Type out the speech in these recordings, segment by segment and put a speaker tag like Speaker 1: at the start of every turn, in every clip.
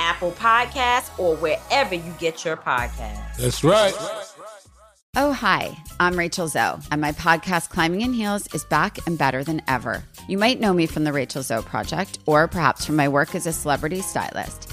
Speaker 1: Apple Podcasts, or wherever you get your podcasts.
Speaker 2: That's right.
Speaker 3: Oh, hi, I'm Rachel Zoe, and my podcast, Climbing in Heels, is back and better than ever. You might know me from the Rachel Zoe Project, or perhaps from my work as a celebrity stylist.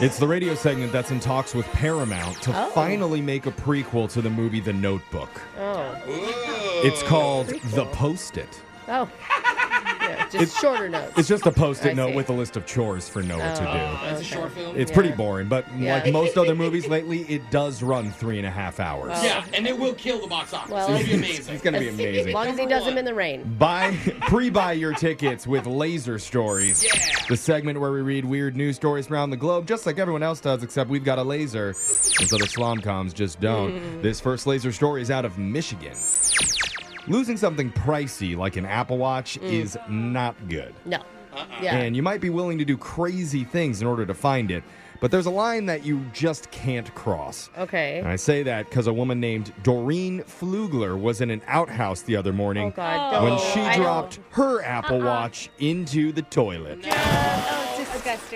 Speaker 4: It's the radio segment that's in talks with Paramount to
Speaker 5: Oh.
Speaker 4: finally make a prequel to the movie The Notebook. It's called The Post It.
Speaker 5: Oh. Yeah, just shorter notes.
Speaker 4: It's just a post
Speaker 5: I
Speaker 4: it note
Speaker 5: see.
Speaker 4: with a list of chores for Noah to do.
Speaker 5: a short film.
Speaker 4: It's pretty boring, but
Speaker 5: Yeah.
Speaker 4: like most other movies lately, it does run three and a half hours.
Speaker 6: Yeah, and it will kill the box office.
Speaker 5: Well,
Speaker 6: It'll be
Speaker 4: It's
Speaker 6: amazing.
Speaker 4: going to be
Speaker 5: As
Speaker 4: amazing.
Speaker 5: long as he does them in the rain.
Speaker 4: Buy pre-buy your tickets with Laser Stories. The segment where we read weird news stories around the globe, just like everyone else does, except we've got a laser, and so the slomcoms just don't.
Speaker 5: Hmm.
Speaker 4: This first laser story is out of Michigan. Losing something pricey like an Apple Watch is not good.
Speaker 5: No. Hmm. Yeah.
Speaker 4: And you might be willing to do crazy things in order to find it, but there's a line that you just can't cross.
Speaker 5: okay.
Speaker 4: And I say that because a woman named Doreen Flugler was in an outhouse the other morning
Speaker 5: Oh God. don't.
Speaker 4: when she
Speaker 5: I Uh-uh. don't-
Speaker 4: dropped her Apple Watch into the toilet.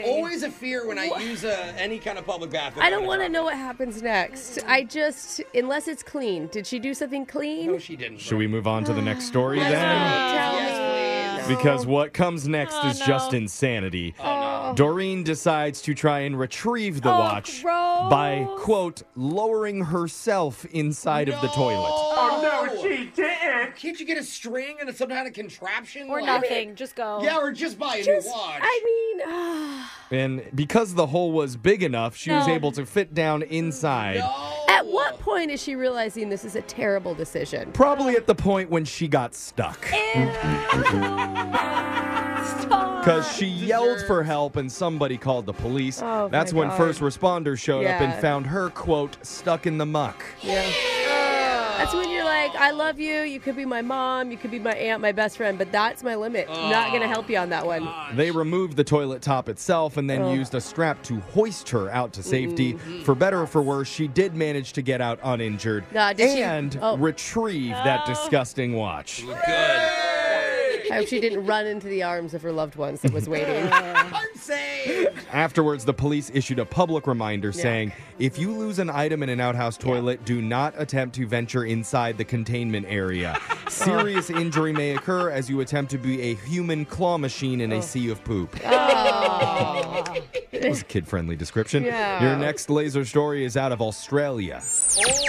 Speaker 6: Always a fear when I use uh, any kind of public bathroom.
Speaker 5: I don't want to know what happens next. I just, unless it's clean. Did she do something clean?
Speaker 6: No, she didn't.
Speaker 4: Should we move on to the next story
Speaker 5: Please
Speaker 4: then?
Speaker 5: don't tell me. Oh, No.
Speaker 4: Because what comes next is just insanity.
Speaker 5: Oh,
Speaker 4: Doreen decides to try and retrieve the watch by, quote, lowering herself inside of the toilet.
Speaker 6: Oh, no, she didn't. Can't you get a string and some kind of contraption? Or nothing. Just go. Yeah, or just buy a
Speaker 5: Just-
Speaker 6: new watch.
Speaker 5: I mean,
Speaker 4: And because the hole was big enough, she was able to fit down inside.
Speaker 6: No.
Speaker 5: at what point is she realizing this is a terrible decision?
Speaker 4: Probably at the point when she got stuck. Because she yelled for help and somebody called the police.
Speaker 5: Oh,
Speaker 4: That's
Speaker 5: my
Speaker 4: when
Speaker 5: God.
Speaker 4: first responders showed up
Speaker 5: Yeah.
Speaker 4: and found her, quote, stuck in the muck.
Speaker 5: Yeah. That's when you're like, I love you. You could be my mom. You could be my aunt, my best friend, but that's my limit. Not
Speaker 6: Ah.
Speaker 5: going to help you on that one.
Speaker 4: They removed the toilet top itself and then used a strap to hoist her out to safety.
Speaker 5: Mm-hmm.
Speaker 4: For better or for worse, she did manage to get out uninjured
Speaker 5: Nah, did she-
Speaker 4: and
Speaker 5: Oh.
Speaker 4: retrieve that disgusting watch.
Speaker 5: I hope she didn't run into the arms of her loved ones that was waiting.
Speaker 6: I'm saying.
Speaker 4: Afterwards, the police issued a public reminder saying if you lose an item in an outhouse toilet, do not attempt to venture inside the containment area. Serious injury may occur as you attempt to be a human claw machine in a sea of poop. That was a kid friendly description.
Speaker 5: Yeah.
Speaker 4: Your next laser story is out of Australia.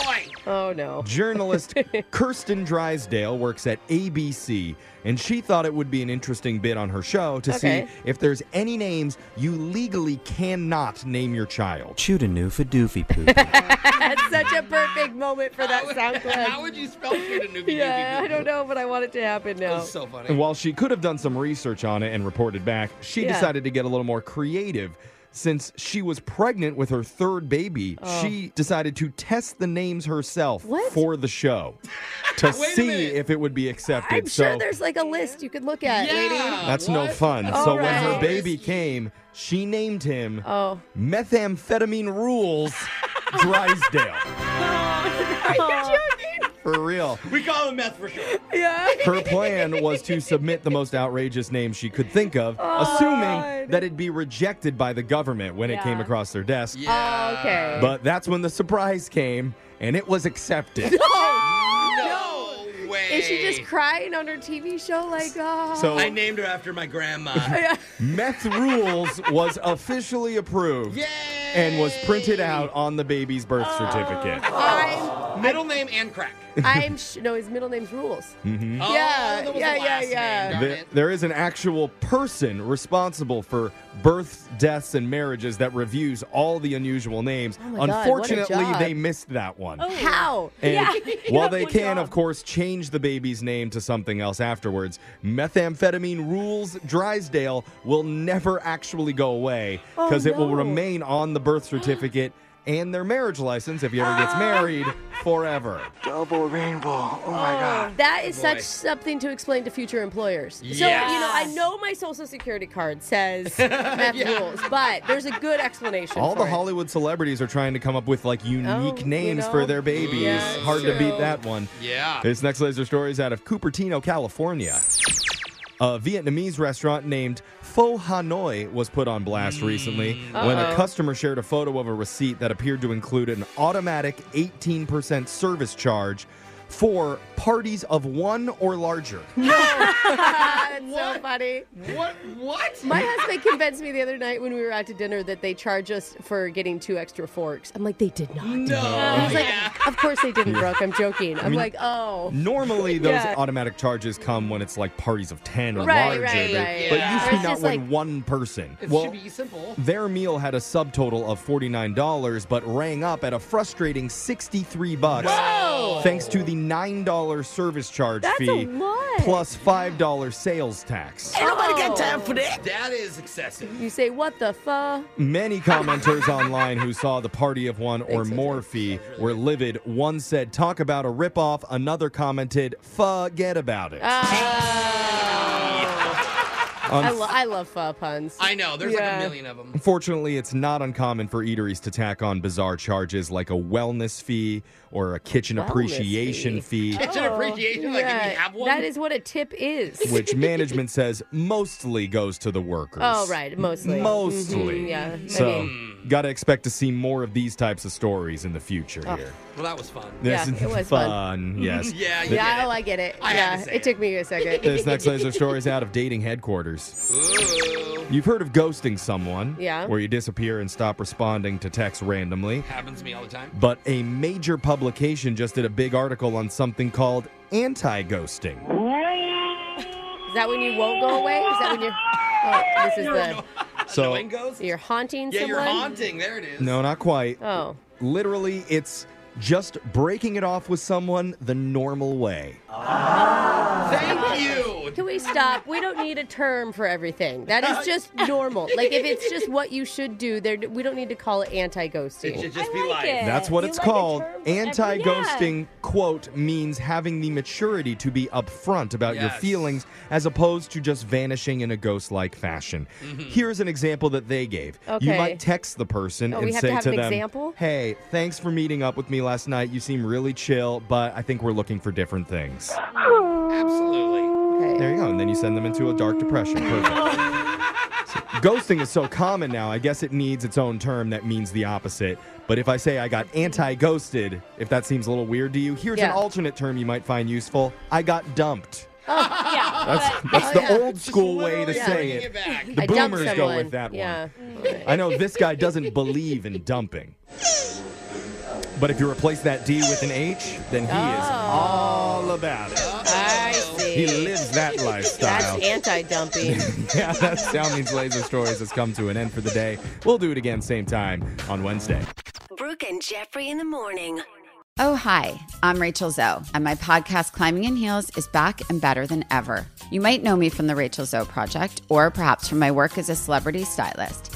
Speaker 6: Boy.
Speaker 5: Oh, no.
Speaker 4: Journalist Kirsten Drysdale works at ABC, and she thought it would be an interesting bit on her show to
Speaker 5: Okay.
Speaker 4: see if there's any names you legally cannot name your child.
Speaker 7: Shoot a noofa doofy poop.
Speaker 5: That's such a perfect moment for that sound
Speaker 6: How
Speaker 5: clip.
Speaker 6: would you spell food in Newbie
Speaker 5: Yeah, I don't know, but I want it to happen now.
Speaker 6: That's so funny.
Speaker 4: And while she could have done some research on it and reported back, she
Speaker 5: Yeah.
Speaker 4: decided to get a little more creative. Since she was pregnant with her third baby, she decided to test the names herself
Speaker 5: Oh. What?
Speaker 4: for the show to see if it would be accepted.
Speaker 5: I'm
Speaker 4: so
Speaker 5: sure there's like a list you could look at, lady.
Speaker 4: Uh, that's no
Speaker 6: what?
Speaker 4: fun. so when her
Speaker 5: Alright.
Speaker 4: baby came, she named him
Speaker 5: Oh.
Speaker 4: Methamphetamine Rules Drysdale. For real.
Speaker 6: We call him meth for sure.
Speaker 5: Yeah.
Speaker 4: Her plan was to submit the most outrageous name she could think of, assuming
Speaker 5: Oh, God.
Speaker 4: that it'd be rejected by the government when it came across their desk.
Speaker 5: Oh, okay.
Speaker 4: But that's when the surprise came, and it was accepted.
Speaker 6: No way.
Speaker 5: Is she just crying on her TV show? Like, oh.
Speaker 4: so
Speaker 6: I named her after my grandma.
Speaker 4: meth rules was officially approved
Speaker 6: Yay!
Speaker 4: and was printed out on the baby's birth
Speaker 5: Oh,
Speaker 4: certificate.
Speaker 5: I'm,
Speaker 6: Middle name and crack.
Speaker 5: I'm, sh- no, his middle name's Rules.
Speaker 4: Mm-hmm.
Speaker 6: Oh,
Speaker 5: Yeah,
Speaker 6: that was
Speaker 5: yeah,
Speaker 6: the
Speaker 5: yeah,
Speaker 6: last
Speaker 5: yeah.
Speaker 6: name, darn
Speaker 4: Th-
Speaker 6: it.
Speaker 4: there is an actual person responsible for births, deaths, and marriages that reviews all the unusual names.
Speaker 5: Oh my God, what a
Speaker 4: Unfortunately,
Speaker 5: job. Oh,
Speaker 4: they missed that one.
Speaker 5: How?
Speaker 4: And while they
Speaker 8: one
Speaker 4: can,
Speaker 8: job.
Speaker 4: of course, change the baby's name to something else afterwards, methamphetamine rules Drysdale will never actually go away
Speaker 8: Oh,
Speaker 4: because it will
Speaker 5: no.
Speaker 4: remain on the birth certificate and their marriage license if he ever gets married forever.
Speaker 5: That is
Speaker 6: Oh, boy.
Speaker 5: such something to explain to future employers. So, you know, I know my social security card says meth rules, but there's a good explanation.
Speaker 4: All
Speaker 5: for
Speaker 4: the
Speaker 5: it. Oh,
Speaker 4: Hollywood celebrities are trying to come up with like unique
Speaker 5: you
Speaker 4: names
Speaker 5: know.
Speaker 4: for their babies.
Speaker 6: Yeah, it's
Speaker 4: Hard to
Speaker 5: true.
Speaker 4: beat that one.
Speaker 6: Yeah.
Speaker 4: This next laser story is out of Cupertino, California. A Vietnamese restaurant named Pho Hanoi was put on blast recently
Speaker 5: Mm,
Speaker 4: when a customer shared a photo of a receipt that appeared to include an automatic 18% service charge for parties of one or larger.
Speaker 5: That's so funny.
Speaker 6: What? What?
Speaker 5: My husband convinced me the other night when we were out to dinner that they charge us for getting two extra forks. I'm like, they did not.
Speaker 6: no.
Speaker 5: I was like, of course they didn't, Brooke. I'm joking. I'm like, oh.
Speaker 4: Normally, those
Speaker 5: Yeah.
Speaker 4: automatic charges come when it's like parties of 10 or
Speaker 5: Right,
Speaker 4: larger.
Speaker 5: right,
Speaker 4: but-
Speaker 5: right.
Speaker 4: But
Speaker 6: Yeah.
Speaker 5: Or
Speaker 4: usually
Speaker 5: it's
Speaker 4: not
Speaker 5: just
Speaker 4: when
Speaker 5: like-
Speaker 4: one person.
Speaker 6: it should be simple.
Speaker 4: Their meal had a subtotal of $49 but rang up at a frustrating 63 bucks thanks to the $9 service charge
Speaker 5: That's a
Speaker 4: fee
Speaker 5: lot.
Speaker 4: plus $5 sales tax.
Speaker 5: nobody got time
Speaker 6: for that. That is excessive.
Speaker 5: You say, what the fuck?
Speaker 4: Many commenters online who saw the party of one or
Speaker 5: Thanks, Jose.
Speaker 4: more fee were livid. One said, "Talk about a ripoff." Another commented, "Forget about it."
Speaker 5: Oh, I, lo- I love pho puns.
Speaker 6: I know. There's
Speaker 5: Yeah.
Speaker 6: like a million of them.
Speaker 4: Unfortunately, it's not uncommon for eateries to tack on bizarre charges like a wellness fee or a kitchen
Speaker 5: Wellness
Speaker 4: appreciation fee.
Speaker 6: It's an appreciation. Like, can we have one?
Speaker 5: That is what a tip is.
Speaker 4: which management says mostly goes to the workers.
Speaker 5: oh, right. Mostly.
Speaker 4: Mostly.
Speaker 5: Mhm, yeah.
Speaker 4: So,
Speaker 5: I mean,
Speaker 4: got to expect to see more of these types of stories in the future here.
Speaker 6: Well, that was fun.
Speaker 5: Oh, Yeah, it was fun.
Speaker 4: yes.
Speaker 6: Yeah. You
Speaker 5: yeah,
Speaker 6: get
Speaker 5: oh, I get it.
Speaker 6: I had
Speaker 5: yeah,
Speaker 6: to say
Speaker 5: it took me a second.
Speaker 4: This next laser story is out of dating headquarters.
Speaker 6: it. Ooh.
Speaker 4: You've heard of ghosting someone,
Speaker 5: Yeah.
Speaker 4: where you disappear and stop responding to texts randomly.
Speaker 6: Happens to me all the time.
Speaker 4: But a major publication just did a big article on something called anti-ghosting.
Speaker 5: Is that when you won't go away? Is that when you're? Oh, this is the
Speaker 4: So
Speaker 6: Annoying ghost?
Speaker 5: you're haunting
Speaker 6: Yeah, you're
Speaker 5: someone.
Speaker 6: haunting. There it is.
Speaker 4: no, not quite.
Speaker 5: Oh,
Speaker 4: Literally, it's just breaking it off with someone the normal way.
Speaker 6: Thank you.
Speaker 5: can we stop? We don't need a term for everything. That is just normal. Like if it's just what you should do, there we don't need to call it
Speaker 6: It
Speaker 5: anti-ghosting.
Speaker 6: should just be like.
Speaker 4: That's what it's
Speaker 8: like a
Speaker 4: called.
Speaker 8: term for
Speaker 4: Anti
Speaker 8: everything.
Speaker 4: ghosting, quote, means having the maturity to be upfront about your
Speaker 6: Yes.
Speaker 4: feelings as opposed to just vanishing in a ghost like fashion. Here's an example that they gave. You
Speaker 5: Okay.
Speaker 4: might text the person
Speaker 5: Oh, we
Speaker 4: and
Speaker 5: have
Speaker 4: say
Speaker 5: to have
Speaker 4: to
Speaker 5: an
Speaker 4: them,
Speaker 5: example?
Speaker 4: Hey, thanks for meeting up with me last night. You seem really chill, but I think we're looking for different things.
Speaker 6: Absolutely.
Speaker 5: Okay.
Speaker 4: There you go. And then you send them into a dark depression. Perfect. So, ghosting is so common now. I guess it needs its own term that means the opposite. But if I say I got anti ghosted, if that seems a little weird to you, here's an
Speaker 5: Yeah.
Speaker 4: alternate term you might find useful I got dumped.
Speaker 8: Oh, Yeah.
Speaker 4: That's, that's the old school way to
Speaker 6: Literally
Speaker 4: say
Speaker 6: bringing
Speaker 4: it.
Speaker 6: back.
Speaker 4: The
Speaker 5: I dumped
Speaker 4: boomers go
Speaker 5: someone.
Speaker 4: with that one.
Speaker 5: Yeah.
Speaker 4: I know this guy doesn't believe in dumping. But if you replace that D with an H, then he is
Speaker 8: Oh.
Speaker 4: all about it.
Speaker 8: I see.
Speaker 4: He lives that lifestyle.
Speaker 8: That's anti-dumping.
Speaker 4: yeah, that's Xiaomi's Laser Stories has come to an end for the day. We'll do it again same time on Wednesday.
Speaker 9: Brooke and Jeffrey in the morning.
Speaker 3: Oh, hi, I'm Rachel Zoe, and my podcast, Climbing in Heels, is back and better than ever. You might know me from the Rachel Zoe Project, or perhaps from my work as a celebrity stylist.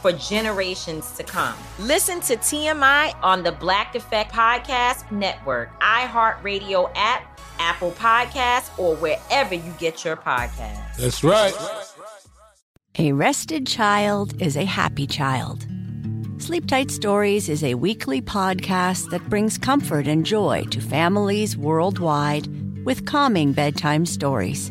Speaker 1: for generations to come. Listen to TMI on the Black Effect Podcast Network, iHeartRadio app, Apple Podcasts, or wherever you get your podcasts.
Speaker 2: That's right.
Speaker 10: A rested child is a happy child. Sleep Tight Stories is a weekly podcast that brings comfort and joy to families worldwide with calming bedtime stories.